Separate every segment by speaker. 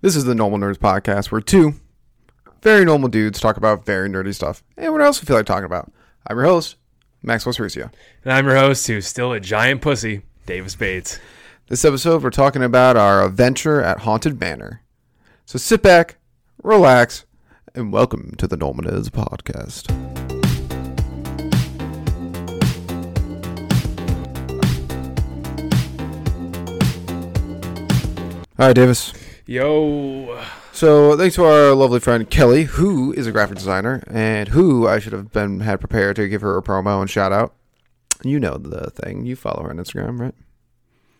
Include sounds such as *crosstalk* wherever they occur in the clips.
Speaker 1: This is the Normal Nerds Podcast, where two very normal dudes talk about very nerdy stuff and what else we feel like talking about. I'm your host, Maxwell Cerusio.
Speaker 2: And I'm your host, who's still a giant pussy, Davis Bates.
Speaker 1: This episode, we're talking about our adventure at Haunted Manor. So sit back, relax, and welcome to the Normal Nerds Podcast. All right, Davis.
Speaker 2: Yo.
Speaker 1: So thanks to our lovely friend Kelly, who is a graphic designer, and who I should have been had prepared to give her a promo and shout out. You know the thing. You follow her on Instagram, right?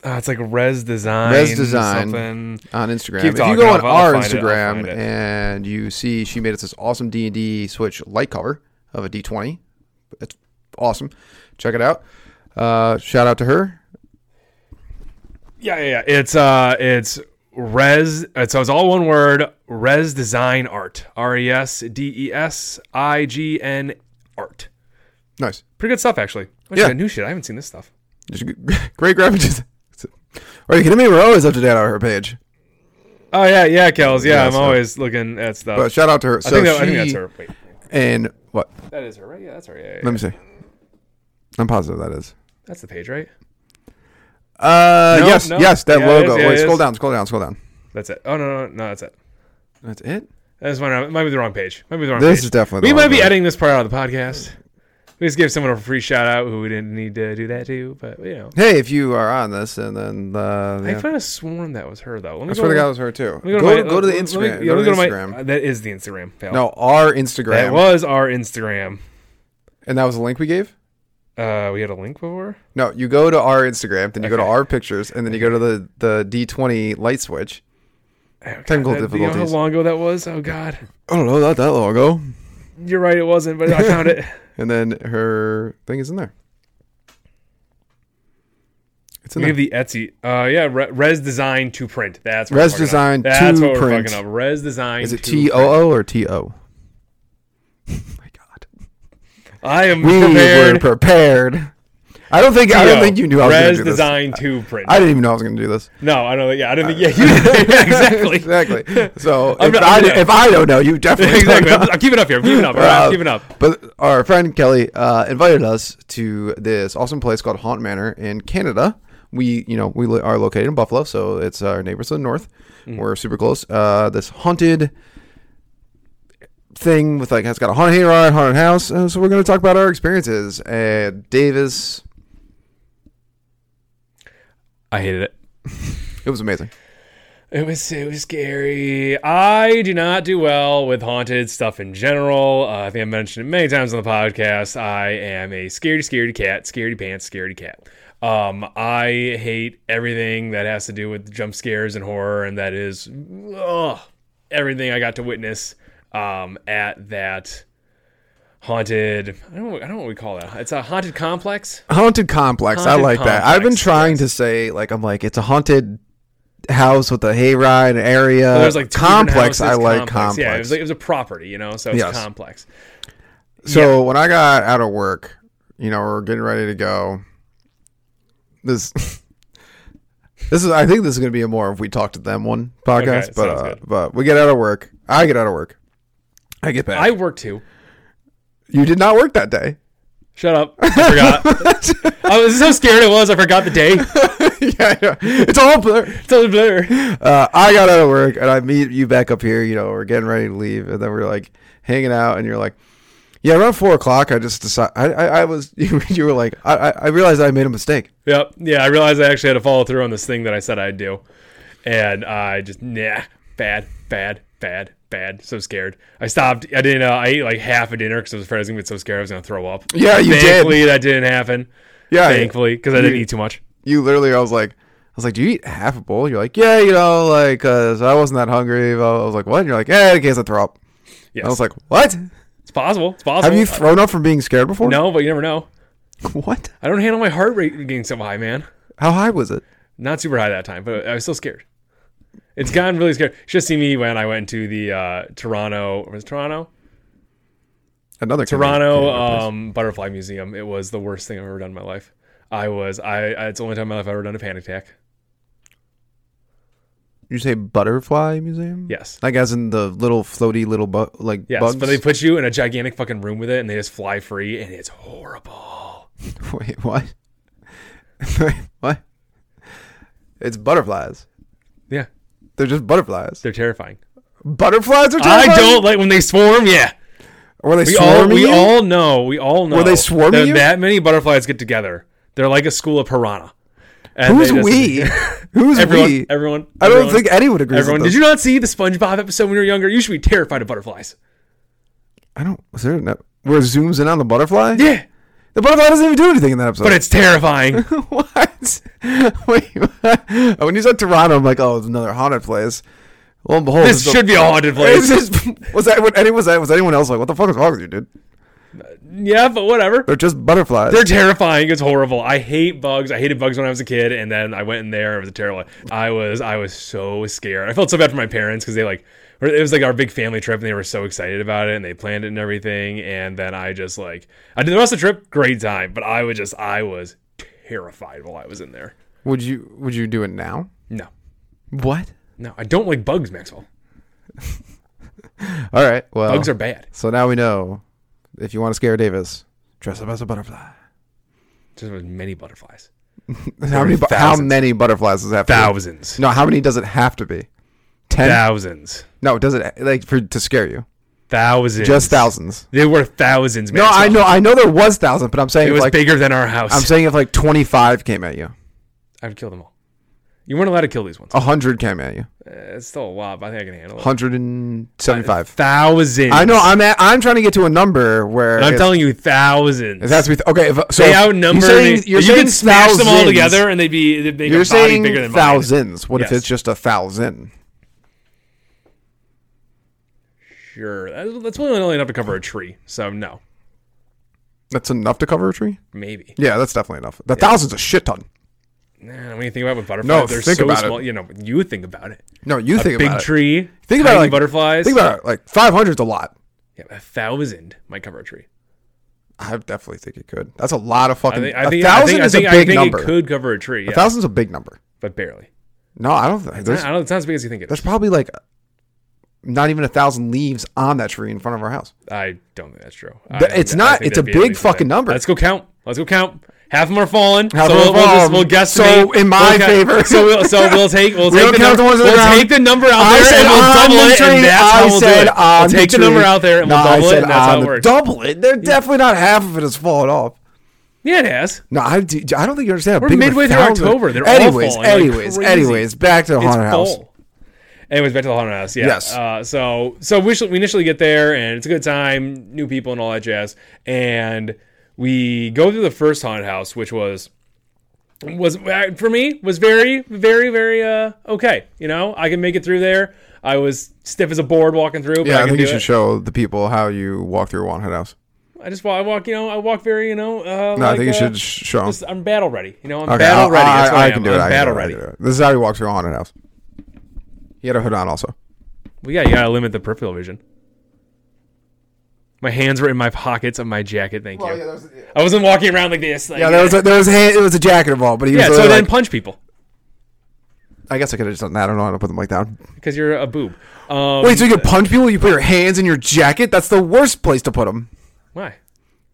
Speaker 2: Uh, it's like Res Design.
Speaker 1: Res Design.
Speaker 2: Something.
Speaker 1: On Instagram.
Speaker 2: Keep
Speaker 1: if you
Speaker 2: talking,
Speaker 1: go on
Speaker 2: I'll- I'll
Speaker 1: our
Speaker 2: find it, I'll
Speaker 1: Instagram
Speaker 2: find it.
Speaker 1: and you see she made us this awesome D and D Switch light cover of a D twenty. It's awesome. Check it out. Uh, shout out to her.
Speaker 2: Yeah, yeah, yeah. It's, uh, it's Res. It's, so it's all one word Res Design Art. R E S D E S I G N Art.
Speaker 1: Nice.
Speaker 2: Pretty good stuff, actually. I
Speaker 1: Yeah.
Speaker 2: got new shit. I haven't seen this stuff.
Speaker 1: She's a g- *laughs* Great graphic design. *laughs* Are you kidding me? We're always up to date on her page.
Speaker 2: Oh, yeah, yeah, Kels. Yeah,
Speaker 1: Yeah,
Speaker 2: I'm
Speaker 1: so-
Speaker 2: always looking at stuff.
Speaker 1: But shout out to her.
Speaker 2: I,
Speaker 1: So
Speaker 2: think that, I think
Speaker 1: she-
Speaker 2: that's her. Wait.
Speaker 1: And what?
Speaker 2: That is her, right? Yeah, that's her. Yeah, yeah,
Speaker 1: Let
Speaker 2: yeah.
Speaker 1: me see. I'm positive that is.
Speaker 2: That's the page, right?
Speaker 1: Uh,
Speaker 2: No,
Speaker 1: yes,
Speaker 2: no.
Speaker 1: yes, that
Speaker 2: Yeah, it is,
Speaker 1: logo.
Speaker 2: yeah,
Speaker 1: Wait,
Speaker 2: it
Speaker 1: scroll
Speaker 2: is.
Speaker 1: down, scroll down, scroll down.
Speaker 2: That's it. Oh, no, no, no, that's it.
Speaker 1: That's it.
Speaker 2: That's one. It might be the wrong page. Might be the wrong
Speaker 1: This
Speaker 2: page.
Speaker 1: is definitely
Speaker 2: We
Speaker 1: the
Speaker 2: might
Speaker 1: wrong
Speaker 2: be
Speaker 1: page.
Speaker 2: editing this part out of the podcast. We just gave someone a free shout out who we didn't need to do that to, but you know.
Speaker 1: Hey, if you are on this, and then uh,
Speaker 2: I
Speaker 1: yeah.
Speaker 2: could have sworn that was her though. Let me
Speaker 1: I swear to
Speaker 2: to
Speaker 1: God, it was her too.
Speaker 2: let me
Speaker 1: Go,
Speaker 2: my-
Speaker 1: to, go to the
Speaker 2: let me-
Speaker 1: Instagram.
Speaker 2: let me-
Speaker 1: go
Speaker 2: let
Speaker 1: to the
Speaker 2: me go to my-
Speaker 1: Instagram.
Speaker 2: uh, that is the Instagram. Pal.
Speaker 1: no, our
Speaker 2: that
Speaker 1: Instagram,
Speaker 2: was our Instagram.
Speaker 1: and that was the link we gave.
Speaker 2: Uh, we had a link before.
Speaker 1: No, you go to our Instagram, then you go to
Speaker 2: Okay.
Speaker 1: our pictures, and then you go to the the D20 light switch.
Speaker 2: Oh, God,
Speaker 1: Technical
Speaker 2: that- do You know how
Speaker 1: difficulties.
Speaker 2: long ago that was? Oh God,
Speaker 1: I don't know, not that long ago.
Speaker 2: you're right. It wasn't, but I
Speaker 1: *laughs*
Speaker 2: found it.
Speaker 1: And then her thing is in there. It's in
Speaker 2: We
Speaker 1: there.
Speaker 2: have the Etsy. Uh, yeah, Re- Res Design to Print. That's what
Speaker 1: Res
Speaker 2: we're fucking up.
Speaker 1: Design
Speaker 2: That's
Speaker 1: to
Speaker 2: what we're
Speaker 1: Print.
Speaker 2: fucking up. Res Design.
Speaker 1: Is it
Speaker 2: to
Speaker 1: T O
Speaker 2: Print.
Speaker 1: O or T O? *laughs* Oh My God.
Speaker 2: I am
Speaker 1: We
Speaker 2: prepared.
Speaker 1: were prepared. I don't think I don't
Speaker 2: Yo,
Speaker 1: think you knew I was going
Speaker 2: Res
Speaker 1: to do this.
Speaker 2: Design to Print.
Speaker 1: I didn't even know I was going to do this.
Speaker 2: No, I don't. think- Yeah, I don't think. Yeah, you, *laughs* yeah Uh, *laughs*
Speaker 1: *laughs*
Speaker 2: exactly.
Speaker 1: exactly. So
Speaker 2: I'm
Speaker 1: if,
Speaker 2: not-
Speaker 1: I,
Speaker 2: I'm not-
Speaker 1: if I don't know, you
Speaker 2: *laughs*
Speaker 1: definitely
Speaker 2: exactly.
Speaker 1: Don't
Speaker 2: I'm,
Speaker 1: know.
Speaker 2: I'm keeping up here. I'm keeping up. all right, I'm keeping up.
Speaker 1: Uh, But our friend Kelly uh, invited us to this awesome place called Haunt Manor in Canada. We, you know, we li- are located in Buffalo, so it's our neighbors to the north.
Speaker 2: Mm-hmm.
Speaker 1: We're super close. Uh, this haunted thing with like it's got a haunted hayride, haunted house. Uh, so we're going to talk about our experiences. And Davis,
Speaker 2: I hated it.
Speaker 1: it was amazing.
Speaker 2: It was so scary. I do not do well with haunted stuff in general. Uh, I think I mentioned it many times on the podcast. I am a scaredy, scaredy cat, scaredy pants, scaredy cat. Um, I hate everything that has to do with jump scares and horror, and that is ugh, everything I got to witness um, at that haunted. I don't. I don't know what we call that. It's a haunted complex.
Speaker 1: Haunted complex. I
Speaker 2: Haunted
Speaker 1: like that. I've been
Speaker 2: complex,
Speaker 1: trying to say like I'm like it's a haunted house with a hayride area.
Speaker 2: There's like two different
Speaker 1: Uh, complex. I
Speaker 2: houses,
Speaker 1: like complex.
Speaker 2: Yeah, it was, like, it was a property, you know, so it's
Speaker 1: Yes.
Speaker 2: complex.
Speaker 1: so when I got out of work, you know, we're getting ready to go. This. *laughs* This is. I think this is going to be a more if we talk to them one podcast,
Speaker 2: Okay,
Speaker 1: but
Speaker 2: sounds
Speaker 1: uh,
Speaker 2: good.
Speaker 1: but we get out of work. I get out of work. I get back.
Speaker 2: I work too.
Speaker 1: you did not work that day. *laughs*
Speaker 2: Shut up. I forgot. I was so scared it was. I forgot the day. It's
Speaker 1: yeah, yeah, it's all a blur.
Speaker 2: all a blur.
Speaker 1: uh, I got out of work and I meet you back up here. You know, we're getting ready to leave, and then we're like hanging out, and you're like, "Yeah, around four o'clock, I just decided. I, I, I was *laughs* you, you were like, I, I, I realized I made a mistake.
Speaker 2: Yep. Yeah, I realized I actually had to follow through on this thing that I said I'd do. And I just, nah, bad, bad, bad, bad. So scared. I stopped. I didn't, uh, I ate like half a dinner because I was afraid I was going to get so scared I was going to throw up.
Speaker 1: Yeah, you did.
Speaker 2: Thankfully, that didn't happen.
Speaker 1: Yeah,
Speaker 2: Thankfully, because I didn't
Speaker 1: You-
Speaker 2: eat too much.
Speaker 1: you literally. I was like, I was like, do you eat half a bowl? You're like, yeah, you know, like, cause I wasn't that hungry. I was like, what? And you're like, yeah, in case I throw up.
Speaker 2: Yes.
Speaker 1: I was like, what?
Speaker 2: it's possible. It's possible.
Speaker 1: Have you thrown up from being scared before?
Speaker 2: no, but you never know.
Speaker 1: *laughs* What?
Speaker 2: I don't handle my heart rate getting so high, man.
Speaker 1: How high was it?
Speaker 2: not super high that time, but I was still scared. It's gotten really scared. You should have seen me when I went to the uh, Toronto was it Toronto
Speaker 1: Another
Speaker 2: Toronto
Speaker 1: Canadian place.
Speaker 2: um, Butterfly Museum. It was the worst thing I've ever done in my life. I was I. I- It's the only time in my life I've ever done a panic attack.
Speaker 1: you say butterfly museum?
Speaker 2: Yes.
Speaker 1: Like as in the little floaty little bu- like
Speaker 2: Yes,
Speaker 1: bugs.
Speaker 2: but they put you in a gigantic fucking room with it, and they just fly free, and it's horrible.
Speaker 1: *laughs* Wait, what? *laughs* what? It's butterflies.
Speaker 2: Yeah,
Speaker 1: They're just butterflies.
Speaker 2: they're terrifying.
Speaker 1: Butterflies are
Speaker 2: I
Speaker 1: terrifying?
Speaker 2: don't like when they swarm. Yeah,
Speaker 1: Were they
Speaker 2: we all
Speaker 1: swarming
Speaker 2: we
Speaker 1: you?
Speaker 2: all know. We all know.
Speaker 1: they swarming
Speaker 2: that,
Speaker 1: you?
Speaker 2: That many butterflies get together. They're like a school of piranha. And
Speaker 1: Who's
Speaker 2: *laughs* they just-
Speaker 1: we? Who's
Speaker 2: Everyone,
Speaker 1: we?
Speaker 2: everyone.
Speaker 1: I don't
Speaker 2: everyone,
Speaker 1: think anyone agrees
Speaker 2: everyone.
Speaker 1: with this.
Speaker 2: Did you not see the SpongeBob episode when you were younger? You should be terrified of butterflies.
Speaker 1: I don't. Was there no, where it zooms in on the butterfly?
Speaker 2: Yeah,
Speaker 1: The butterfly doesn't even do anything in that episode.
Speaker 2: but it's
Speaker 1: *laughs*
Speaker 2: terrifying.
Speaker 1: what? *laughs* Wait, when you said Toronto, I'm like, oh, it's another haunted place. Lo and behold,
Speaker 2: this
Speaker 1: it's a-
Speaker 2: should be a haunted
Speaker 1: *laughs* it's
Speaker 2: place.
Speaker 1: just- was that what any was that was anyone else like? What the fuck is wrong with you, dude?
Speaker 2: Yeah, but whatever.
Speaker 1: They're just butterflies.
Speaker 2: They're terrifying. It's horrible. I hate bugs. I hated bugs when I was a kid, and then I went in there. It was terrible. I was I was so scared. I felt so bad for my parents because they like it was like our big family trip, and they were so excited about it, and they planned it and everything. And then I just like I did the rest of the trip, great time. But I was just I was terrified while I was in there.
Speaker 1: would you would you do it now?
Speaker 2: No,
Speaker 1: What?
Speaker 2: no, I don't like bugs, Maxwell.
Speaker 1: All right. Well,
Speaker 2: Bugs are bad.
Speaker 1: so now we know. If you want to scare Davis, dress up as a butterfly.
Speaker 2: Just as many butterflies,
Speaker 1: How many? bu- How
Speaker 2: thousands.
Speaker 1: many butterflies does that? Have to be?
Speaker 2: thousands,
Speaker 1: No, how many does it have to be? Ten?
Speaker 2: thousands,
Speaker 1: No, does it like for to scare you?
Speaker 2: thousands.
Speaker 1: Just thousands.
Speaker 2: There were thousands.
Speaker 1: No, I
Speaker 2: Maxwell.
Speaker 1: know, I know there was thousands, but I'm saying
Speaker 2: It
Speaker 1: if,
Speaker 2: was
Speaker 1: like
Speaker 2: bigger than our house.
Speaker 1: I'm saying if like 25 came at you,
Speaker 2: I would kill them all. You weren't allowed to kill these ones.
Speaker 1: 100 came at you,
Speaker 2: Uh, it's still a lot, but I think I can handle it.
Speaker 1: 175.
Speaker 2: Thousands.
Speaker 1: I know. I'm at, I'm trying to get to a number where
Speaker 2: I'm
Speaker 1: it's-
Speaker 2: telling you, thousands.
Speaker 1: it has to be okay. If, so
Speaker 2: they
Speaker 1: if
Speaker 2: outnumber.
Speaker 1: You're saying,
Speaker 2: they-
Speaker 1: you're
Speaker 2: you
Speaker 1: saying
Speaker 2: could smash them all
Speaker 1: thousands.
Speaker 2: together, and they'd be they'd make
Speaker 1: You're
Speaker 2: a body
Speaker 1: saying
Speaker 2: bigger than thousands.
Speaker 1: thousands. What if
Speaker 2: Yes.
Speaker 1: it's just a thousand?
Speaker 2: Sure, that's, that's probably only enough to cover a tree. So no,
Speaker 1: That's enough to cover a tree.
Speaker 2: maybe.
Speaker 1: Yeah, that's definitely enough. The thousands a shit ton.
Speaker 2: Nah, when you think about it with butterflies,
Speaker 1: No,
Speaker 2: they're
Speaker 1: think
Speaker 2: so
Speaker 1: about it.
Speaker 2: small. You know, you think about it.
Speaker 1: No, you think
Speaker 2: Big
Speaker 1: about it.
Speaker 2: tree.
Speaker 1: Think about it,
Speaker 2: tiny
Speaker 1: like-
Speaker 2: butterflies.
Speaker 1: Think about it. Like 500 is a lot.
Speaker 2: Yeah, a thousand might cover a tree.
Speaker 1: I definitely think it could. That's a lot of fucking.
Speaker 2: I think. I
Speaker 1: a
Speaker 2: think. I
Speaker 1: thousand
Speaker 2: think, I
Speaker 1: is
Speaker 2: think,
Speaker 1: a
Speaker 2: I
Speaker 1: big
Speaker 2: think
Speaker 1: number.
Speaker 2: it could cover a tree.
Speaker 1: A
Speaker 2: Yeah,
Speaker 1: thousand's a big number.
Speaker 2: but barely.
Speaker 1: No, I don't. think There's
Speaker 2: I don't. It's not as big as you think it is.
Speaker 1: there's probably like not even a thousand leaves on that tree in front of our house.
Speaker 2: I don't think that's true.
Speaker 1: Th-
Speaker 2: I-
Speaker 1: it's
Speaker 2: I
Speaker 1: not.
Speaker 2: think
Speaker 1: It's a
Speaker 2: there'd be at
Speaker 1: big
Speaker 2: least a thing.
Speaker 1: fucking number.
Speaker 2: Let's go count. Let's go count. Half of them are fallen.
Speaker 1: Half
Speaker 2: so
Speaker 1: of them
Speaker 2: we'll, we'll,
Speaker 1: are
Speaker 2: just,
Speaker 1: fallen.
Speaker 2: we'll guess.
Speaker 1: So
Speaker 2: the name.
Speaker 1: in my
Speaker 2: We'll count-
Speaker 1: favor.
Speaker 2: *laughs* So we'll so we'll take
Speaker 1: *laughs*
Speaker 2: we'll
Speaker 1: don't
Speaker 2: take the
Speaker 1: count
Speaker 2: number.
Speaker 1: the ones on the
Speaker 2: we'll
Speaker 1: ground.
Speaker 2: take the number out
Speaker 1: I
Speaker 2: there
Speaker 1: said
Speaker 2: and we'll
Speaker 1: on
Speaker 2: double
Speaker 1: the
Speaker 2: it,
Speaker 1: tree.
Speaker 2: and that's
Speaker 1: I
Speaker 2: how we'll do
Speaker 1: said
Speaker 2: it.
Speaker 1: on
Speaker 2: We'll take the number
Speaker 1: tree.
Speaker 2: out there and
Speaker 1: No,
Speaker 2: we'll
Speaker 1: I
Speaker 2: double it,
Speaker 1: said
Speaker 2: and that's
Speaker 1: on
Speaker 2: how it
Speaker 1: the-
Speaker 2: works.
Speaker 1: Double it. They're definitely not half of it is falling off.
Speaker 2: Yeah, it has.
Speaker 1: No, I, do- I don't think you understand. How
Speaker 2: We're
Speaker 1: big of a
Speaker 2: midway through
Speaker 1: thousand-
Speaker 2: October. They're all
Speaker 1: anyways,
Speaker 2: falling like
Speaker 1: anyways,
Speaker 2: crazy.
Speaker 1: anyways. Back to the
Speaker 2: It's
Speaker 1: haunted house.
Speaker 2: full. Anyways, back to the haunted house. Yeah.
Speaker 1: Yes.
Speaker 2: Uh, so so we, sh- we initially get there and it's a good time, new people and all that jazz. And we go through the first haunted house, which was was uh, for me was very very very uh okay. You know, I can make it through there. I was stiff as a board walking through. But
Speaker 1: Yeah, I,
Speaker 2: I, can
Speaker 1: think
Speaker 2: do
Speaker 1: you should
Speaker 2: it.
Speaker 1: show the people how you walk through a haunted house.
Speaker 2: I just walk. I walk. You know, I walk very. You know.
Speaker 1: No,
Speaker 2: Uh, like,
Speaker 1: I think you
Speaker 2: uh,
Speaker 1: should sh- show. 'em.
Speaker 2: just- I'm battle ready. You know, I'm
Speaker 1: Okay,
Speaker 2: battle
Speaker 1: I'll-
Speaker 2: ready.
Speaker 1: I,
Speaker 2: That's what I,
Speaker 1: I
Speaker 2: am.
Speaker 1: can do it.
Speaker 2: I'm
Speaker 1: I can
Speaker 2: battle
Speaker 1: do it, I
Speaker 2: ready.
Speaker 1: can do it. This is how he walks through a haunted house. He had a hood on also.
Speaker 2: Well, yeah, you gotta limit the peripheral vision. My hands were in my pockets of my jacket. Thank you. I wasn't walking around like this. Like,
Speaker 1: Yeah, there was a, there was a hand, it was a jacket involved, but he
Speaker 2: yeah.
Speaker 1: was
Speaker 2: So
Speaker 1: literally
Speaker 2: then
Speaker 1: like,
Speaker 2: punch people
Speaker 1: I guess I could have just done that. I don't know how to put them like
Speaker 2: *laughs*
Speaker 1: down.
Speaker 2: because you're a boob. Um,
Speaker 1: Wait, so you can punch people? You put your hands in your jacket? That's the worst place to put them.
Speaker 2: why?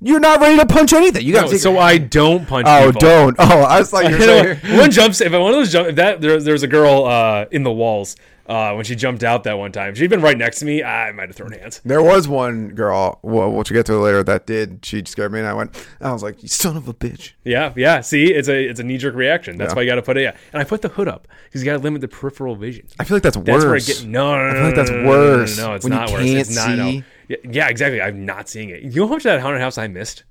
Speaker 1: You're not ready to punch anything. You got
Speaker 2: No,
Speaker 1: to take.
Speaker 2: so I don't punch.
Speaker 1: oh,
Speaker 2: *laughs* people.
Speaker 1: don't. Oh, I was like, you're
Speaker 2: You know,
Speaker 1: saying,
Speaker 2: *laughs* one jumps. If one of those jump, if that there, there was a girl uh, in the walls uh, when she jumped out that one time. She'd been right next to me. I might have thrown hands.
Speaker 1: *laughs* there was one girl. Well, we'll get to it later. That did. She scared me, and I went. I was like, you son of a bitch.
Speaker 2: Yeah, yeah. See, it's a it's a knee jerk reaction. That's
Speaker 1: Yeah.
Speaker 2: why you got to put it. Yeah, and I put the hood up because you got to limit the peripheral vision.
Speaker 1: I feel like that's worse.
Speaker 2: That's where it gets no, no, no,
Speaker 1: feel like
Speaker 2: no,
Speaker 1: that's
Speaker 2: no, no, no, no,
Speaker 1: worse,
Speaker 2: No, no, it's
Speaker 1: when you
Speaker 2: not
Speaker 1: can't
Speaker 2: worse. It's not. No.
Speaker 1: see.
Speaker 2: Yeah, yeah, exactly. I'm not seeing it. You know how much of that haunted house I missed?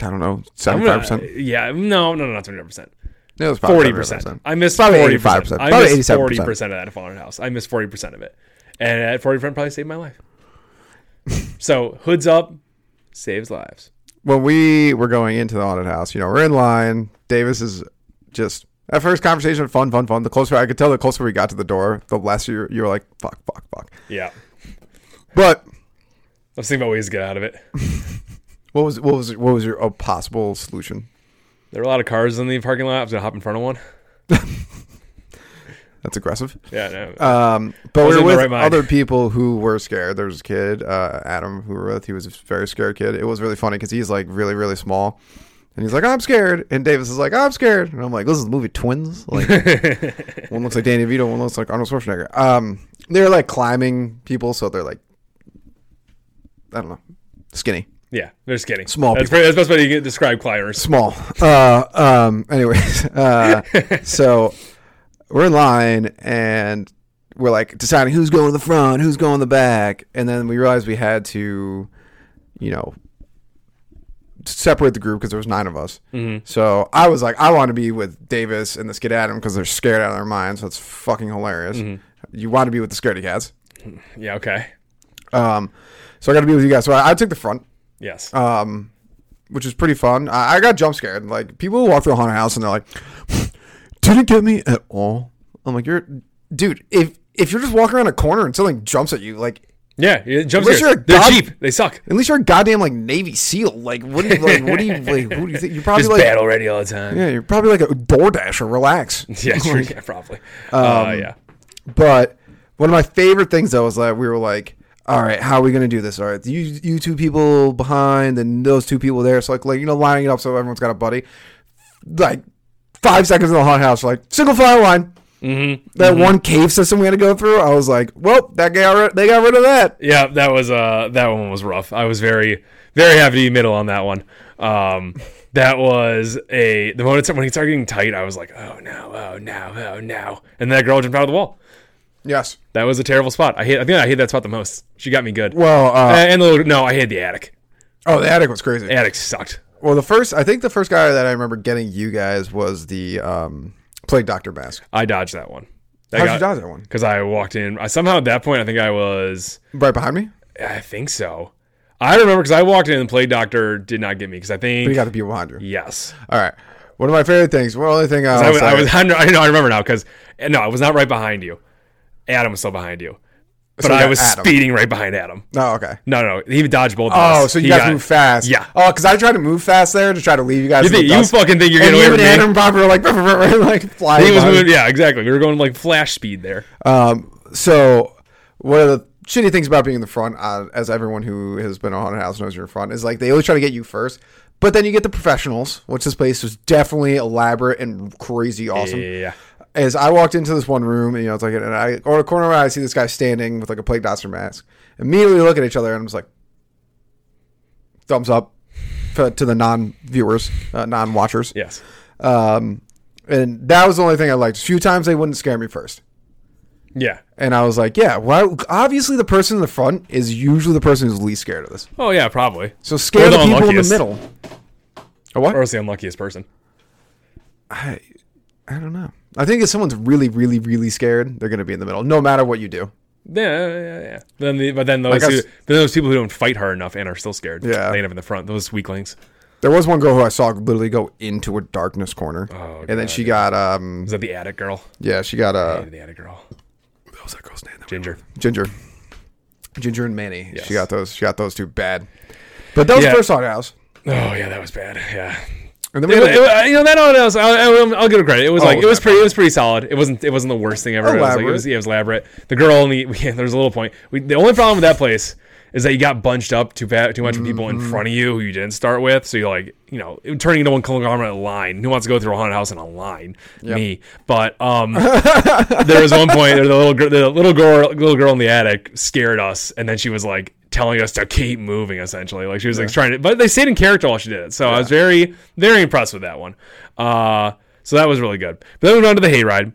Speaker 1: I don't know.
Speaker 2: I'm
Speaker 1: Seventy-five
Speaker 2: gonna-
Speaker 1: percent.
Speaker 2: Yeah, no, no, no, not 25 percent.
Speaker 1: No, it was probably
Speaker 2: Forty percent.
Speaker 1: 75%.
Speaker 2: I missed
Speaker 1: Probably
Speaker 2: forty
Speaker 1: 85%.
Speaker 2: percent. I
Speaker 1: Probably
Speaker 2: missed
Speaker 1: 87%.
Speaker 2: forty percent of that haunted house. I missed forty percent of it, and that forty percent probably saved
Speaker 1: *laughs*
Speaker 2: my life. so hoods up, saves lives.
Speaker 1: when we were going into the haunted house, you know, we're in line. Davis is just at first conversation, fun, fun, fun. The closer I could tell, the closer we got to the door, the less you you were like, fuck, fuck, fuck.
Speaker 2: Yeah, I
Speaker 1: But
Speaker 2: was thinking about ways to get out of it.
Speaker 1: what was what was what was your a possible solution?
Speaker 2: There were a lot of cars in the parking lot. I was gonna hop in front of one.
Speaker 1: That's aggressive.
Speaker 2: Yeah, no.
Speaker 1: Um, but
Speaker 2: I was
Speaker 1: we were
Speaker 2: in my
Speaker 1: with
Speaker 2: right mind.
Speaker 1: other people who were scared. There was a kid, uh, Adam, who we were with. He was a very scared kid. It was really funny because he's like really, really small. And he's like, I'm scared. And Davis is like, I'm scared. And I'm like, this is the movie Twins.
Speaker 2: *laughs*
Speaker 1: Like, one looks like Danny DeVito, one looks like Arnold Schwarzenegger. Um, they're like climbing people, so they're like, I don't know, skinny,
Speaker 2: yeah, they're just kidding.
Speaker 1: Small
Speaker 2: That's, pretty, that's the best way you can describe climbers.
Speaker 1: small. Uh, um, anyways, *laughs* uh, so we're in line and we're like deciding who's going to the front, who's going to the back, and then we realized we had to, you know, separate the group because there was nine of us. So I was like, I want to be with Davis and the Skid Adam because they're scared out of their minds. That's fucking hilarious. You want to be with the scaredy cats.
Speaker 2: Yeah, okay.
Speaker 1: Um, so I got to be with you guys. So I, I took the front,
Speaker 2: Yes.
Speaker 1: um, which is pretty fun. I, I got jump scared. Like people walk through a haunted house and they're like, *laughs* "Didn't get me at all." I'm like, "You're, dude. If if you're just walking around a corner and something jumps at you, like."
Speaker 2: yeah, yeah, jump
Speaker 1: unless
Speaker 2: scares.
Speaker 1: you're a
Speaker 2: They're
Speaker 1: god-
Speaker 2: cheap. They suck.
Speaker 1: At least you're a goddamn like Navy SEAL. Like, what do you like? What do you like? Who do you think? You're probably
Speaker 2: Just
Speaker 1: like,
Speaker 2: bad already all the time.
Speaker 1: yeah, you're probably like a DoorDash or relax.
Speaker 2: *laughs*
Speaker 1: *laughs*
Speaker 2: Yeah, sure, yeah probably.
Speaker 1: Um,
Speaker 2: uh, yeah.
Speaker 1: But one of my favorite things though was that we were like, all right, how are we gonna do this? All right, you you two people behind and those two people there. So like like you know, lining it up so everyone's got a buddy. Like five seconds in the hot house, like single file line. Mm-hmm. That one cave system we had to go through, I was like, well, that guy ri- they got rid of that.
Speaker 2: Yeah, that was uh that one was rough. I was very very happy to be middle on that one. Um that was a the moment when he started getting tight, I was like, oh no, oh no, oh no. And that girl jumped out of the wall.
Speaker 1: Yes.
Speaker 2: That was a terrible spot. I hate I think I hate that spot the most. She got me good.
Speaker 1: Well,
Speaker 2: Uh,
Speaker 1: uh,
Speaker 2: and the little, no, I hated the attic.
Speaker 1: oh, the attic was crazy.
Speaker 2: The attic sucked.
Speaker 1: Well, the first, I think the first guy that I remember getting you guys was the um, plague doctor mask.
Speaker 2: I dodged that one.
Speaker 1: How'd you dodge that one?
Speaker 2: Because I walked in. I, somehow at that point, I think I was.
Speaker 1: Right behind me.
Speaker 2: I think so. I remember because I walked in and the play doctor did not get me because I think
Speaker 1: You got the people behind you.
Speaker 2: yes.
Speaker 1: All right. One of my favorite things. One only thing
Speaker 2: I
Speaker 1: I
Speaker 2: was,
Speaker 1: was,
Speaker 2: I was, *laughs* I know, I know, I remember now because no, I was not right behind you. Adam was still behind you, but
Speaker 1: So you
Speaker 2: I
Speaker 1: got
Speaker 2: was
Speaker 1: Adam.
Speaker 2: speeding right behind Adam.
Speaker 1: Oh, okay.
Speaker 2: No, no, he dodged both. of
Speaker 1: Oh,
Speaker 2: us.
Speaker 1: so you
Speaker 2: He
Speaker 1: guys
Speaker 2: got-
Speaker 1: move fast.
Speaker 2: Yeah.
Speaker 1: Oh, because I tried to move fast there to try to leave you guys.
Speaker 2: You,
Speaker 1: in the
Speaker 2: think, *laughs* you
Speaker 1: dust.
Speaker 2: fucking think you're
Speaker 1: and
Speaker 2: getting away
Speaker 1: you and
Speaker 2: with
Speaker 1: Adam
Speaker 2: me?
Speaker 1: and Bob were like, *laughs* like flying.
Speaker 2: He was
Speaker 1: behind.
Speaker 2: moving. Yeah, exactly. We were going like flash speed there.
Speaker 1: Um, so one of the shitty things about being in the front, uh, as everyone who has been on haunted house knows you're in front, is like they always try to get you first. But then you get the professionals, which this place was definitely elaborate and crazy awesome.
Speaker 2: Yeah.
Speaker 1: As I walked into this one room, you know, it's like, and I, on the corner of my eye, I see this guy standing with like a plague doctor mask. Immediately look at each other, and I'm just like, thumbs up for, to the non viewers, uh, non watchers.
Speaker 2: Yes.
Speaker 1: Um, and that was the only thing I liked. A few times they wouldn't scare me first.
Speaker 2: Yeah.
Speaker 1: And I was like, yeah, well, obviously the person in the front is usually the person who's least scared of this.
Speaker 2: Oh yeah, probably.
Speaker 1: So scare
Speaker 2: Or
Speaker 1: the,
Speaker 2: the
Speaker 1: people in the
Speaker 2: unluckiest.
Speaker 1: middle. A what?
Speaker 2: Or was the unluckiest person?
Speaker 1: I, I don't know. I think if someone's really, really, really scared, they're going to be in the middle, no matter what you do.
Speaker 2: Yeah, yeah, yeah. Then the, but then those
Speaker 1: I
Speaker 2: who,
Speaker 1: s-
Speaker 2: then those people who don't fight hard enough and are still scared.
Speaker 1: Yeah.
Speaker 2: they end up in the front. Those weaklings.
Speaker 1: There was one girl who I saw literally go into a darkness corner,
Speaker 2: Oh,
Speaker 1: and then she got um
Speaker 2: Was that the attic girl?
Speaker 1: yeah she got
Speaker 2: Yeah,
Speaker 1: uh
Speaker 2: the attic girl.
Speaker 1: what was that girl's name?
Speaker 2: Ginger.
Speaker 1: Ginger, Ginger and Manny.
Speaker 2: Yes.
Speaker 1: She got those. She got those two bad. But that was
Speaker 2: Yeah.
Speaker 1: the first haunted house,
Speaker 2: Oh yeah, that was bad. Yeah.
Speaker 1: and then
Speaker 2: It-
Speaker 1: we
Speaker 2: it-
Speaker 1: went
Speaker 2: it- you know that all else. I'll, I'll, I'll give it credit. It was
Speaker 1: Oh,
Speaker 2: like it
Speaker 1: it
Speaker 2: was
Speaker 1: was
Speaker 2: pretty. It was pretty solid. It wasn't. It wasn't the worst thing ever. It was, like, it
Speaker 1: Elaborate.
Speaker 2: was, yeah, it was elaborate. The girl only. *laughs* We, there was a little point. We, the only problem with that place is that you got bunched up too bad, too much with people in front of you who you didn't start with. So you're like, you know, it- turning into one conglomerate line. Who wants to go through a haunted house in a line? Me. But um, there was one point. There, the little girl, the little girl, little girl in the attic scared us, and then she was like telling us to keep moving. Essentially, like she was like trying to, but they stayed in character while she did it. So I was very, very impressed with that one. Uh, so that was really good. But then we went on to the hayride.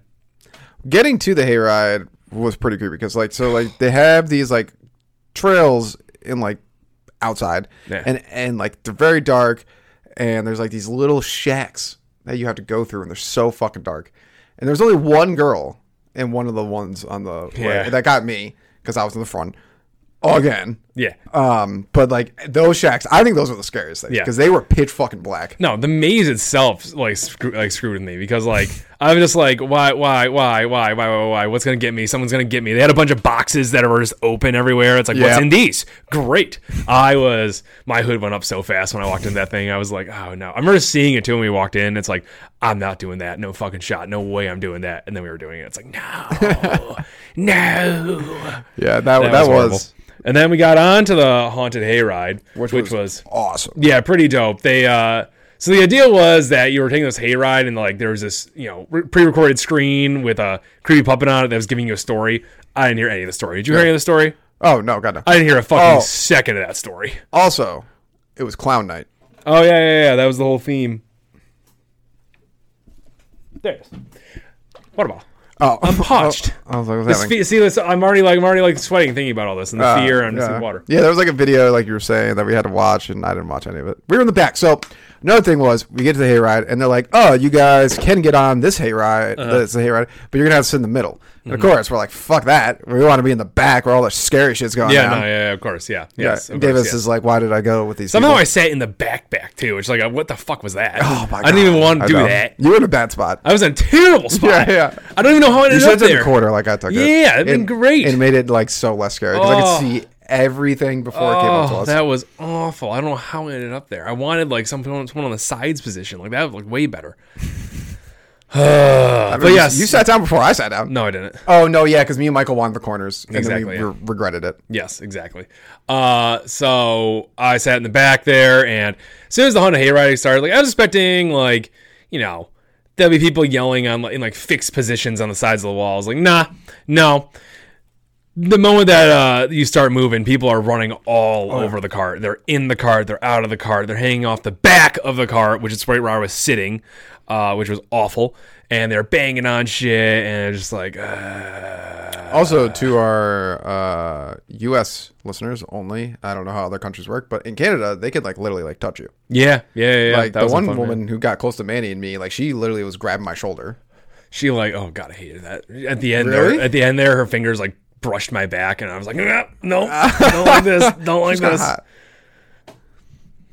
Speaker 1: getting to the hayride was pretty creepy because like so like they have these like trails in like outside
Speaker 2: Yeah.
Speaker 1: and and like they're very dark and there's like these little shacks that you have to go through and they're so fucking dark and there's only one girl and one of the ones on the
Speaker 2: Yeah.
Speaker 1: that got me because I was in the front again.
Speaker 2: Yeah.
Speaker 1: Um, but like those shacks, I think those were the scariest things
Speaker 2: Yeah.
Speaker 1: because they were pitch fucking black.
Speaker 2: No, the maze itself like screw, like screwed me because like I was just like why why why why why why why what's gonna get me? Someone's gonna get me. They had a bunch of boxes that were just open everywhere. It's like
Speaker 1: Yeah.
Speaker 2: what's in these? Great. I was my hood went up so fast when I walked into that thing. I was like oh no. I remember seeing it too when we walked in. It's like I'm not doing that. No fucking shot. No way I'm doing that. And then we were doing it. It's like no, *laughs* no.
Speaker 1: Yeah, that that, was,
Speaker 2: horrible. And then we got on to the haunted hayride,
Speaker 1: which, was, awesome.
Speaker 2: yeah, pretty dope. They uh so the idea was that you were taking this hayride and like there was this, you know, re- pre-recorded screen with a creepy puppet on it that was giving you a story. I didn't hear any of the story. Did you hear any of the story?
Speaker 1: Oh no, god no.
Speaker 2: I didn't hear a
Speaker 1: Oh.
Speaker 2: fucking second of that story.
Speaker 1: Also, it was clown night.
Speaker 2: Oh yeah, yeah, yeah. That was the whole theme. There it is. What about?
Speaker 1: *laughs* Oh, I'm
Speaker 2: parched.
Speaker 1: I, was like, what's
Speaker 2: This
Speaker 1: happening?
Speaker 2: fe- see, this, I'm already like I'm already like sweating thinking about all this and the fear and just
Speaker 1: Uh, yeah.
Speaker 2: the water.
Speaker 1: Yeah, there was like a video, like you were saying, that we had to watch, and I didn't watch any of it. We were in the back. So another thing was, we get to the hayride, and they're like, "Oh, you guys can get on this hayride.
Speaker 2: Uh-huh.
Speaker 1: This hayride, but you're gonna have to sit in the middle." And
Speaker 2: Mm-hmm.
Speaker 1: of course, we're like, "Fuck that! We want to be in the back where all the scary shit's going
Speaker 2: Yeah,
Speaker 1: on."
Speaker 2: no, yeah, yeah, of course, yeah,
Speaker 1: Yeah,
Speaker 2: yes, of course,
Speaker 1: Davis
Speaker 2: yeah.
Speaker 1: is like, "Why did I go with these?"
Speaker 2: Somehow
Speaker 1: people?
Speaker 2: I sat in the backpack too, which like, what the fuck was that?
Speaker 1: Oh my
Speaker 2: I didn't even
Speaker 1: God.
Speaker 2: want
Speaker 1: I
Speaker 2: to do
Speaker 1: know.
Speaker 2: that.
Speaker 1: You were in a bad spot.
Speaker 2: I was in a terrible
Speaker 1: *laughs*
Speaker 2: spot.
Speaker 1: Yeah, yeah.
Speaker 2: I don't even know how
Speaker 1: You
Speaker 2: I ended
Speaker 1: should
Speaker 2: up
Speaker 1: have done
Speaker 2: there.
Speaker 1: a quarter like I took it.
Speaker 2: Yeah, it'd been
Speaker 1: It-
Speaker 2: great.
Speaker 1: It made it like so less scary because
Speaker 2: Oh.
Speaker 1: I could see everything before it came up to
Speaker 2: Oh,
Speaker 1: us.
Speaker 2: that was awful. I don't know how I ended up there. I wanted like someone, someone on the sides position. Like that would look way better. *sighs*
Speaker 1: I
Speaker 2: but
Speaker 1: mean,
Speaker 2: yes,
Speaker 1: you sat down before I sat down.
Speaker 2: No, I didn't.
Speaker 1: Oh no, yeah, because me and Michael wanted the corners, and
Speaker 2: Exactly,
Speaker 1: then
Speaker 2: yeah.
Speaker 1: we re- regretted it.
Speaker 2: Yes, exactly. Uh, so I sat in the back there, and as soon as the Honda hayride started, like I was expecting, like you know, there'll be people yelling on like in like fixed positions on the sides of the walls. Like, nah, no. The moment that uh, you start moving, people are running all
Speaker 1: Oh,
Speaker 2: over the cart. They're in the cart. They're out of the cart. They're hanging off the back of the cart, which is right where I was sitting, uh, which was awful. And they're banging on shit, and it's just like, uh,
Speaker 1: Also, to our uh, U.S. listeners only, I don't know how other countries work, but in Canada, they could like literally like touch you.
Speaker 2: yeah, yeah, yeah. yeah.
Speaker 1: Like
Speaker 2: That
Speaker 1: the
Speaker 2: was
Speaker 1: one
Speaker 2: unfun, man.
Speaker 1: woman who got close to Manny and me, like she literally was grabbing my shoulder.
Speaker 2: She like, oh god, I hated that. At the end,
Speaker 1: Really?
Speaker 2: there, at the end there, her fingers like brushed my back, and I was like, no, no,
Speaker 1: *laughs*
Speaker 2: don't like this, don't like
Speaker 1: Kinda
Speaker 2: this.
Speaker 1: hot. All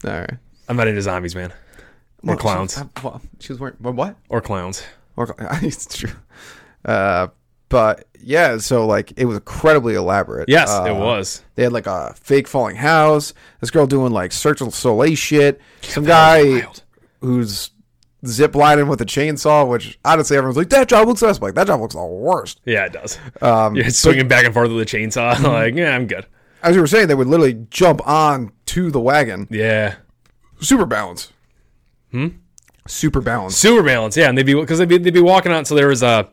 Speaker 1: right,
Speaker 2: I'm not into zombies, man, or
Speaker 1: Well, she-
Speaker 2: clowns,
Speaker 1: I- well, she was wearing well, what?
Speaker 2: or clowns.
Speaker 1: Or *laughs* it's true. Uh, but yeah, so like it was incredibly elaborate.
Speaker 2: Yes,
Speaker 1: Uh,
Speaker 2: it was.
Speaker 1: They had like a fake falling house. This girl doing like Cirque du Soleil shit. Some guy
Speaker 2: wild.
Speaker 1: who's zip lining with a chainsaw, which honestly everyone's like, that job looks best. Like that job looks the worst.
Speaker 2: Yeah, it does. Um, You're swinging back and forth with a chainsaw. *laughs* like, yeah, I'm good.
Speaker 1: As you were saying, they would literally jump on to the wagon.
Speaker 2: Yeah,
Speaker 1: Super balance. Hmm. Super balance.
Speaker 2: sewer balance. Yeah, and they'd be because they'd be they'd be walking out. So there was a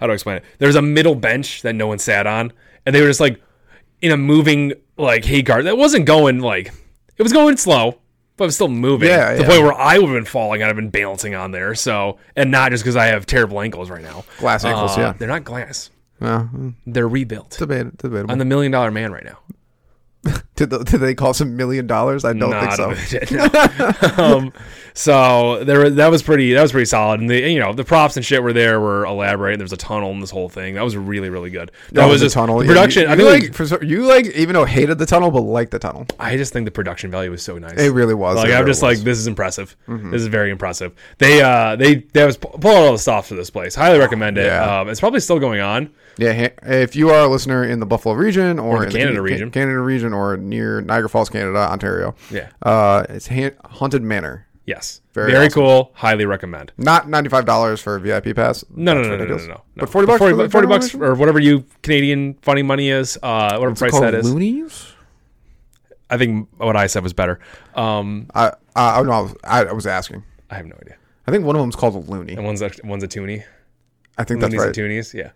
Speaker 2: how do I explain it? There was a middle bench that no one sat on, and they were just like in a moving like hay cart that wasn't going like it was going slow, but it was still moving.
Speaker 1: Yeah,
Speaker 2: to the
Speaker 1: yeah.
Speaker 2: point where I would have been falling. I'd have been balancing on there. So and not just because I have terrible ankles right now.
Speaker 1: Glass ankles,
Speaker 2: Uh,
Speaker 1: yeah.
Speaker 2: they're not glass.
Speaker 1: Well, mm,
Speaker 2: They're rebuilt.
Speaker 1: debatable. debatable.
Speaker 2: I'm the million dollar man right now.
Speaker 1: Did, the, *laughs* did they cost a million dollars? I don't
Speaker 2: No,
Speaker 1: think
Speaker 2: I
Speaker 1: so.
Speaker 2: don't *laughs* think
Speaker 1: *laughs*
Speaker 2: so. um, so there, that was pretty. That was pretty solid, and the you know the props and shit were there were elaborate. There was a tunnel in this whole thing. That was really really good. That
Speaker 1: Oh,
Speaker 2: was
Speaker 1: the
Speaker 2: just-
Speaker 1: tunnel.
Speaker 2: the
Speaker 1: Yeah, you-
Speaker 2: production.
Speaker 1: You,
Speaker 2: I mean,
Speaker 1: like,
Speaker 2: like,
Speaker 1: for some- you like even though hated the tunnel, but liked the tunnel.
Speaker 2: I just think the production value was so nice.
Speaker 1: It really was.
Speaker 2: like
Speaker 1: It
Speaker 2: I'm
Speaker 1: really
Speaker 2: just
Speaker 1: was. Mm-hmm.
Speaker 2: like this is impressive. This is very impressive. They uh they that was pu- pulling all the stops for this place. Highly recommend it.
Speaker 1: Yeah.
Speaker 2: Um, it's probably still going on.
Speaker 1: Yeah, ha- if you are a listener in the Buffalo region or, in
Speaker 2: Canada
Speaker 1: Ca-
Speaker 2: region.
Speaker 1: Canada region or near Niagara Falls, Canada, Ontario,
Speaker 2: Yeah.
Speaker 1: uh, it's ha- Haunted Manor.
Speaker 2: Yes,
Speaker 1: Very
Speaker 2: very,
Speaker 1: awesome.
Speaker 2: cool. Highly recommend.
Speaker 1: Not ninety five dollars for a VIP pass.
Speaker 2: No, no,
Speaker 1: That's
Speaker 2: no, no, no,
Speaker 1: ridiculous.
Speaker 2: no, no.
Speaker 1: But forty bucks.
Speaker 2: Forty,
Speaker 1: for the
Speaker 2: bu- 40
Speaker 1: general
Speaker 2: bucks,
Speaker 1: admission?
Speaker 2: or whatever you Canadian funny money is. Uh, whatever price
Speaker 1: Called
Speaker 2: that is.
Speaker 1: loonies.
Speaker 2: I think what I said was better. Um,
Speaker 1: I, I, I, no, I, was, I, I was asking.
Speaker 2: I have no idea.
Speaker 1: I think one of them's called a loony.
Speaker 2: And one's a, one's a toonie.
Speaker 1: I think that's
Speaker 2: Loonies
Speaker 1: right.
Speaker 2: and toonies. Yeah,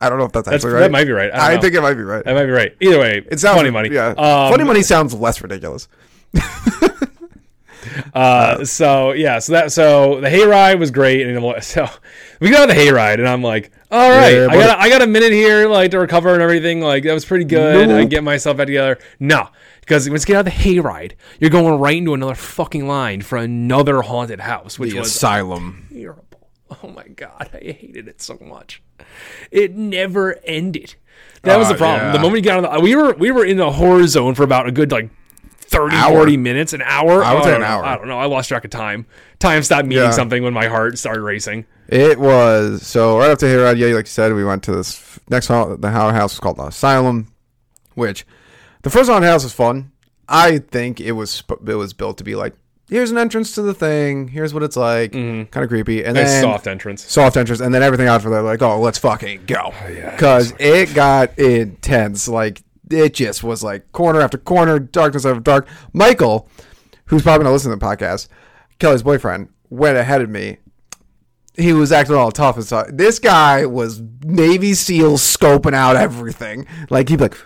Speaker 1: I don't know if that's actually right.
Speaker 2: that might be right. I,
Speaker 1: I,
Speaker 2: don't know.
Speaker 1: think it might be right.
Speaker 2: that might be right. Either way,
Speaker 1: It
Speaker 2: it's
Speaker 1: sounds
Speaker 2: funny money.
Speaker 1: Yeah,
Speaker 2: Um,
Speaker 1: funny money sounds less ridiculous.
Speaker 2: Uh, so yeah, so that so the hayride was great, and I'm like- *laughs* so we got on the hayride, and I'm like, all right,
Speaker 1: Yeah,
Speaker 2: I
Speaker 1: but-
Speaker 2: got a, I got a minute here, like to recover and everything. Like that was pretty good. I
Speaker 1: Nope.
Speaker 2: get myself back together. No, because once you get out of the hayride, you're going right into another fucking line for another haunted house, which was
Speaker 1: asylum.
Speaker 2: *laughs* terrible. Oh my god, I hated it so much. It never ended. That was
Speaker 1: Uh,
Speaker 2: the problem.
Speaker 1: yeah.
Speaker 2: The moment you got on the, we were we were in the horror zone for about a good like 30,
Speaker 1: Hour.
Speaker 2: 40 minutes, an hour.
Speaker 1: I would
Speaker 2: Oh,
Speaker 1: say
Speaker 2: don't
Speaker 1: an
Speaker 2: know.
Speaker 1: hour.
Speaker 2: I don't know. I lost track of time. Time stopped meaning
Speaker 1: Yeah.
Speaker 2: something when my heart started racing.
Speaker 1: It was so right after Hayride, yeah, like you said, we went to this f- next hau- the haunted house was called the Asylum, which the first haunted house was fun. I think it was sp- it was built to be like here's an entrance to the thing, here's what it's like, kind of creepy, and
Speaker 2: Mm-hmm. Nice
Speaker 1: then
Speaker 2: soft entrance.
Speaker 1: soft entrance, and then everything after that, like oh let's fucking go, because it got intense. Like it just was like corner after corner, darkness after dark. Michael, who's probably not listening to the podcast, Kelly's boyfriend, went ahead of me he was acting all tough and stuff. This guy was Navy SEAL scoping out everything. Like he'd be like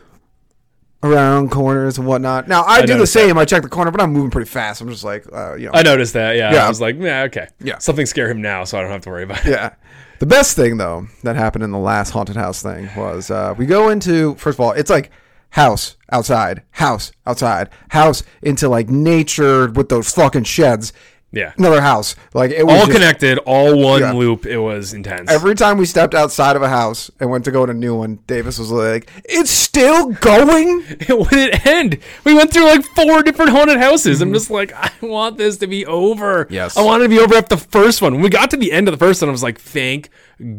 Speaker 1: around corners and whatnot. Now I, do the
Speaker 2: noticed
Speaker 1: same. I check the corner, but I'm moving pretty fast. I'm just like, uh, you know,
Speaker 2: I noticed that. Yeah,
Speaker 1: Yeah.
Speaker 2: I was like, yeah, okay.
Speaker 1: Yeah.
Speaker 2: something scare him now, so I don't have to worry about it.
Speaker 1: yeah. The best thing though that happened in the last haunted house thing was uh, we go into first of all, it's like house outside, house outside, house into like nature with those fucking sheds.
Speaker 2: Yeah,
Speaker 1: Another house, like it was
Speaker 2: all
Speaker 1: just-
Speaker 2: connected, all one
Speaker 1: Yeah.
Speaker 2: loop. It was intense.
Speaker 1: Every time we stepped outside of a house and went to go to a new one, Davis was like, "It's still going."
Speaker 2: *laughs* when it end, we went through like four different haunted houses. I'm just like, I want this to be over.
Speaker 1: Mm-hmm. Yes.
Speaker 2: I wanted to be over after the first one. When we got to the end of the first one, I was like, thank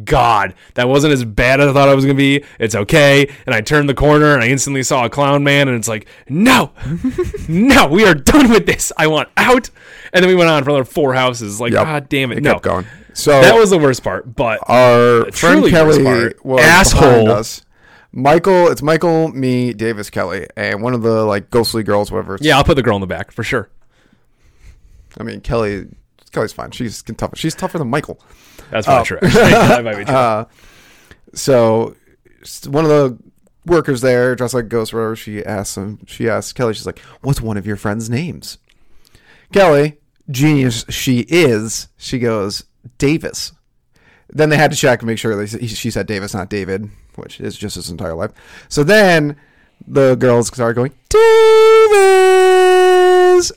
Speaker 2: God. That wasn't as bad as I thought it was going to be. It's okay. And I turned the corner and I instantly saw a clown man, and it's like,
Speaker 1: *laughs*
Speaker 2: no, no, we are done with this. I want out. And then we went on for another four houses. Like,
Speaker 1: Yep.
Speaker 2: God damn it.
Speaker 1: It
Speaker 2: no.
Speaker 1: kept going. Oh. So
Speaker 2: That was the worst part, but
Speaker 1: our friend
Speaker 2: truly
Speaker 1: Kelly
Speaker 2: smart.
Speaker 1: was
Speaker 2: Asshole.
Speaker 1: behind us. Michael, it's Michael, me, Davis, Kelly, and one of the like ghostly girls, whatever.
Speaker 2: yeah, I'll put the girl in the back for sure.
Speaker 1: I mean Kelly, Kelly's fine. She's can tough. She's tougher than Michael.
Speaker 2: That's
Speaker 1: Oh.
Speaker 2: probably true. *laughs* actually.
Speaker 1: *laughs*
Speaker 2: that might be true.
Speaker 1: So s- one of the workers there, dressed like a ghost, or whatever, she asked him. She asked Kelly. She's like, "What's one of your friends' names?" Kelly, genius she is, she goes Davis. Then they had to check and make sure they, he- she said Davis, not David, which is just his entire life. So then the girls started going Davis.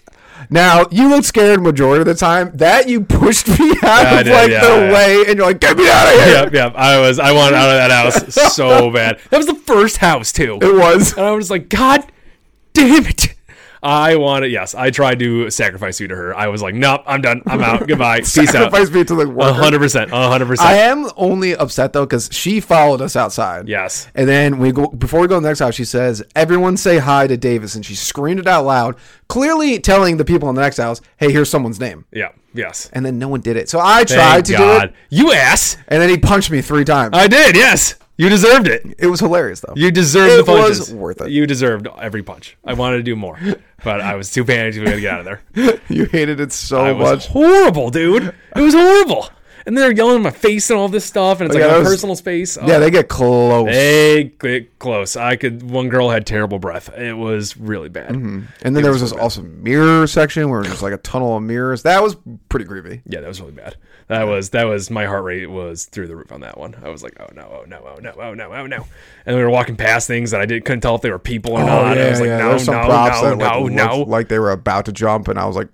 Speaker 1: Now you looked scared majority of the time. That you pushed me *laughs* out
Speaker 2: I
Speaker 1: of
Speaker 2: did,
Speaker 1: like
Speaker 2: yeah,
Speaker 1: the
Speaker 2: yeah.
Speaker 1: way, and you're like, "Get me out of here!"
Speaker 2: *laughs* yep, yep. I was I wanted out of that house so bad. That was the first house too.
Speaker 1: It
Speaker 2: *laughs*
Speaker 1: was.
Speaker 2: And I was like, God damn it. I wanted yes, I tried to sacrifice you to her. I was like, nope, I'm done.
Speaker 1: *laughs*
Speaker 2: I'm out. Goodbye. Peace out.
Speaker 1: sacrifice me to the worker.
Speaker 2: hundred percent. hundred
Speaker 1: I
Speaker 2: percent.
Speaker 1: am only upset though because she followed us outside.
Speaker 2: Yes.
Speaker 1: And then we go before we go to the next house. She says, "Everyone say hi to Davis," and she screamed it out loud, clearly telling the people in the next house, "Hey, here's someone's name."
Speaker 2: Yeah. Yes.
Speaker 1: And then no one did it. So I tried
Speaker 2: Thank
Speaker 1: to do
Speaker 2: God.
Speaker 1: it,
Speaker 2: You ass.
Speaker 1: and then he punched me three times.
Speaker 2: I did, yes. You deserved it.
Speaker 1: it was hilarious though.
Speaker 2: You deserved
Speaker 1: It
Speaker 2: the punches.
Speaker 1: was worth it.
Speaker 2: You deserved every punch. I wanted to do more. But I was too panicked to be able to get out of there.
Speaker 1: *laughs* You hated it so
Speaker 2: It was
Speaker 1: much.
Speaker 2: horrible, dude. It was horrible. And they're yelling in my face and all this stuff, and it's
Speaker 1: yeah,
Speaker 2: like
Speaker 1: that
Speaker 2: my
Speaker 1: was-
Speaker 2: personal space. Oh,
Speaker 1: Yeah, they get close.
Speaker 2: They get close. I could. One girl had terrible breath. It was really bad.
Speaker 1: and then there was this awesome mirror section where it was just like a tunnel of mirrors. That was pretty creepy.
Speaker 2: Yeah, that was really bad. That was that was my heart rate was through the roof on that one. I was like, oh no, oh no, oh no, oh no, oh no. And we were walking past things and I didn't couldn't tell if they were people or
Speaker 1: Oh,
Speaker 2: not. I was like,
Speaker 1: yeah.
Speaker 2: no,
Speaker 1: There's some
Speaker 2: no,
Speaker 1: props
Speaker 2: no,
Speaker 1: that, like,
Speaker 2: no,
Speaker 1: looked
Speaker 2: no.
Speaker 1: Like they were about to jump, and I was like,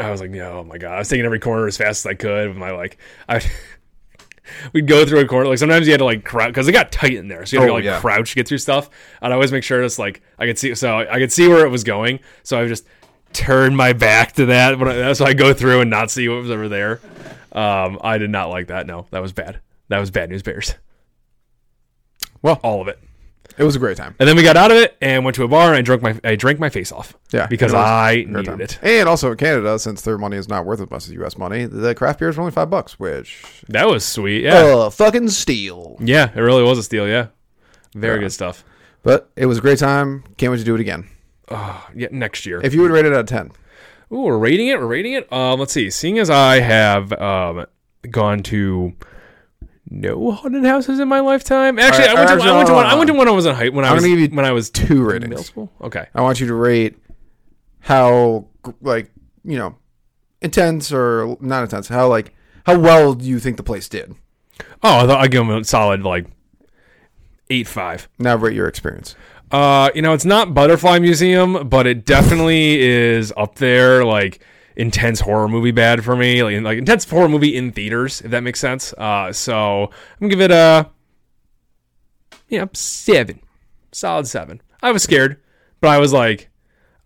Speaker 2: I was like, no, oh my god. I was taking every corner as fast as I could with my like *laughs* I we'd go through a corner. Like sometimes you had to like crouch because it got tight in there, so you had to
Speaker 1: Oh,
Speaker 2: like
Speaker 1: yeah.
Speaker 2: crouch to get through stuff. I'd always make sure it's like I could see, so I could see where it was going. So I would just turn my back to that. But I- so I go through and not see what was over there. Um, I did not like that. No, that was bad. That was bad news bears.
Speaker 1: Well.
Speaker 2: all of it.
Speaker 1: it was a great time.
Speaker 2: And then we got out of it and went to a bar and I drank my I drank my face off.
Speaker 1: Yeah,
Speaker 2: because
Speaker 1: it was
Speaker 2: I
Speaker 1: Great
Speaker 2: needed
Speaker 1: time.
Speaker 2: it.
Speaker 1: And also in Canada, since their money is not worth as much as U.S. money, the craft beers are only five bucks, which
Speaker 2: That was sweet. Yeah. Oh,
Speaker 1: uh, fucking steal.
Speaker 2: Yeah, it really was a steal. Yeah, very
Speaker 1: Yeah.
Speaker 2: good stuff.
Speaker 1: But it was a great time. Can't wait to do it again.
Speaker 2: Oh, yeah, next year.
Speaker 1: If you would rate it out of ten,
Speaker 2: Ooh, we're rating it. We're rating it. Um, let's see. Seeing as I have um gone to no haunted houses in my lifetime. Actually,
Speaker 1: All
Speaker 2: I
Speaker 1: right,
Speaker 2: went
Speaker 1: actually,
Speaker 2: to I went to
Speaker 1: hold
Speaker 2: one.
Speaker 1: on,
Speaker 2: I went to one I was in high when I
Speaker 1: I'm
Speaker 2: was
Speaker 1: gonna give you
Speaker 2: when I was
Speaker 1: two
Speaker 2: middle
Speaker 1: ratings.
Speaker 2: school. Okay.
Speaker 1: I want you to rate how like you know intense or not intense. How like how well do you think the place did?
Speaker 2: Oh, I thought I'd give them a solid like eight five.
Speaker 1: Now rate your experience.
Speaker 2: Uh, you know, it's not Butterfly Museum, but it definitely is up there, like intense horror movie bad for me, like, like intense horror movie in theaters, if that makes sense. Uh, so I'm gonna give it a you know, seven, solid seven. I was scared, but I was like,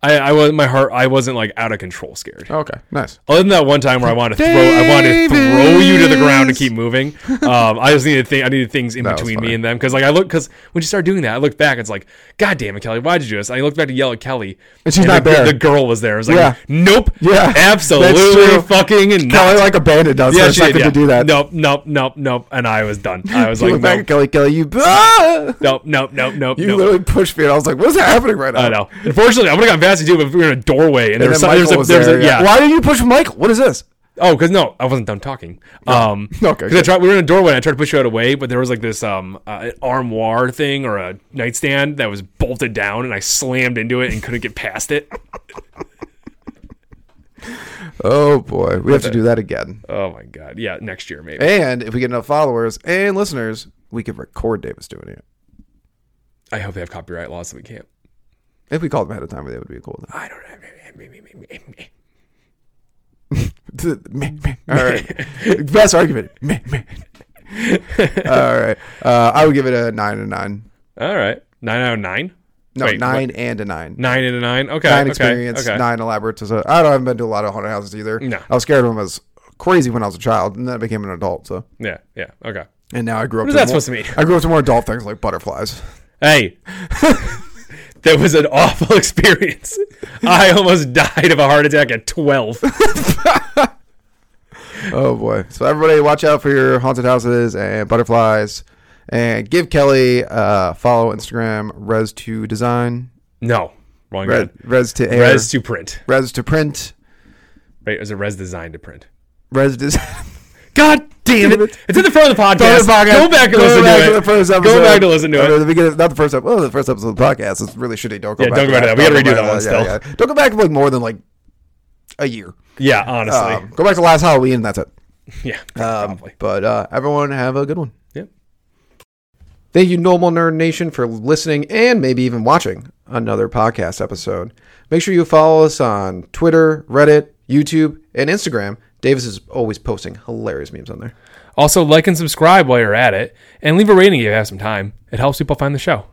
Speaker 2: I, I was my heart. I wasn't like out of control scared.
Speaker 1: Okay, nice.
Speaker 2: Other than that one time where I wanted to throw, I wanted to throw you to the ground and keep moving. Um, I just needed thing. I needed things in
Speaker 1: That was
Speaker 2: between
Speaker 1: funny.
Speaker 2: me and them because like I look because when you start doing that, I look back. It's like, God damn it, Kelly, why'd you do this? I looked back to yell at Kelly,
Speaker 1: And she's not
Speaker 2: the,
Speaker 1: there.
Speaker 2: The girl was there. I was like,
Speaker 1: Yeah.
Speaker 2: Nope.
Speaker 1: Yeah, that's
Speaker 2: Absolutely
Speaker 1: true.
Speaker 2: fucking not.
Speaker 1: Kelly like a bandit does. Yeah,
Speaker 2: yeah,
Speaker 1: there's
Speaker 2: she
Speaker 1: nothing
Speaker 2: did, yeah.
Speaker 1: to do that.
Speaker 2: Nope, nope, nope, nope. And I was done. I was
Speaker 1: *laughs* You
Speaker 2: like,
Speaker 1: look back
Speaker 2: nope,
Speaker 1: at Kelly, Kelly, you. Ah! *laughs*
Speaker 2: nope, nope, nope, nope.
Speaker 1: You
Speaker 2: nope.
Speaker 1: literally pushed me, and I was like, "What's happening right now?"
Speaker 2: I know. Unfortunately, I would have gotten Vassy too, but we were in a doorway and, there
Speaker 1: And
Speaker 2: was
Speaker 1: then
Speaker 2: some, there's
Speaker 1: Michael
Speaker 2: a,
Speaker 1: was
Speaker 2: there's
Speaker 1: there.
Speaker 2: a,
Speaker 1: yeah.
Speaker 2: yeah.
Speaker 1: Why did you push Mike? What is this?
Speaker 2: Oh, because no, I wasn't done talking. *laughs* Um,
Speaker 1: Okay,
Speaker 2: 'cause I
Speaker 1: good.
Speaker 2: tried. We were in a doorway. and I tried to push you out away, but there was like this um uh, an armoire thing or a nightstand that was bolted down, and I slammed into it and couldn't get past it.
Speaker 1: Oh boy, we have to do that again.
Speaker 2: *laughs* Oh my god! Yeah, next year maybe.
Speaker 1: And if we get enough followers and listeners, we can record Davis doing it.
Speaker 2: I hope they have copyright laws so we can't.
Speaker 1: If we called them ahead of time, that would be a cool. *laughs*
Speaker 2: I don't know.
Speaker 1: thing. All
Speaker 2: *laughs*
Speaker 1: right, best argument. Meh, meh. All right, uh, I would give it a nine and a nine.
Speaker 2: All right, nine out of nine.
Speaker 1: No,
Speaker 2: Wait,
Speaker 1: nine and a nine.
Speaker 2: Nine out of nine. Okay.
Speaker 1: Nine
Speaker 2: okay,
Speaker 1: experience,
Speaker 2: Okay.
Speaker 1: nine elaborate. To, I don't. I haven't been to a lot of haunted houses either.
Speaker 2: No.
Speaker 1: I was scared of them as crazy when I was a child, and then I became an adult. So,
Speaker 2: Yeah. Yeah. Okay.
Speaker 1: and now I grew up. What
Speaker 2: is that supposed to mean?
Speaker 1: I grew up to more adult things like butterflies.
Speaker 2: Hey, *laughs* that was an awful *laughs* experience. I almost died of a heart attack at 12.
Speaker 1: Oh boy! So everybody, watch out for your haunted houses and butterflies, and give Kelly uh, follow Instagram res to design
Speaker 2: No, wrong
Speaker 1: res,
Speaker 2: red.
Speaker 1: res to air
Speaker 2: Res
Speaker 1: res.
Speaker 2: to print.
Speaker 1: to print
Speaker 2: Right? Is a res design to print?
Speaker 1: res design.
Speaker 2: God damn
Speaker 1: Damn
Speaker 2: it.
Speaker 1: it.
Speaker 2: It's in the front of the
Speaker 1: Go
Speaker 2: podcast.
Speaker 1: back
Speaker 2: *laughs* Go back and listen
Speaker 1: back
Speaker 2: to it.
Speaker 1: the first episode.
Speaker 2: Go back to listen to
Speaker 1: Or
Speaker 2: it.
Speaker 1: The beginning, not the first episode. Well, the first episode of the podcast. It's really shitty. Don't go
Speaker 2: Yeah,
Speaker 1: back.
Speaker 2: don't go back to that. We
Speaker 1: Don't
Speaker 2: gotta
Speaker 1: go
Speaker 2: redo
Speaker 1: back
Speaker 2: that one
Speaker 1: to Yeah, yeah. Don't go back like more than like a year.
Speaker 2: Yeah, honestly.
Speaker 1: Um, go back to last Halloween. and That's it.
Speaker 2: *laughs* yeah,
Speaker 1: Um,
Speaker 2: probably.
Speaker 1: but uh, everyone have a good one.
Speaker 2: Yep.
Speaker 1: Thank you, Normal Nerd Nation, for listening and maybe even watching another podcast episode. Make sure you follow us on Twitter, Reddit, YouTube, and Instagram. Davis is always posting hilarious memes on there.
Speaker 2: Also, like and subscribe while you're at it, and leave a rating if you have some time. It helps people find the show.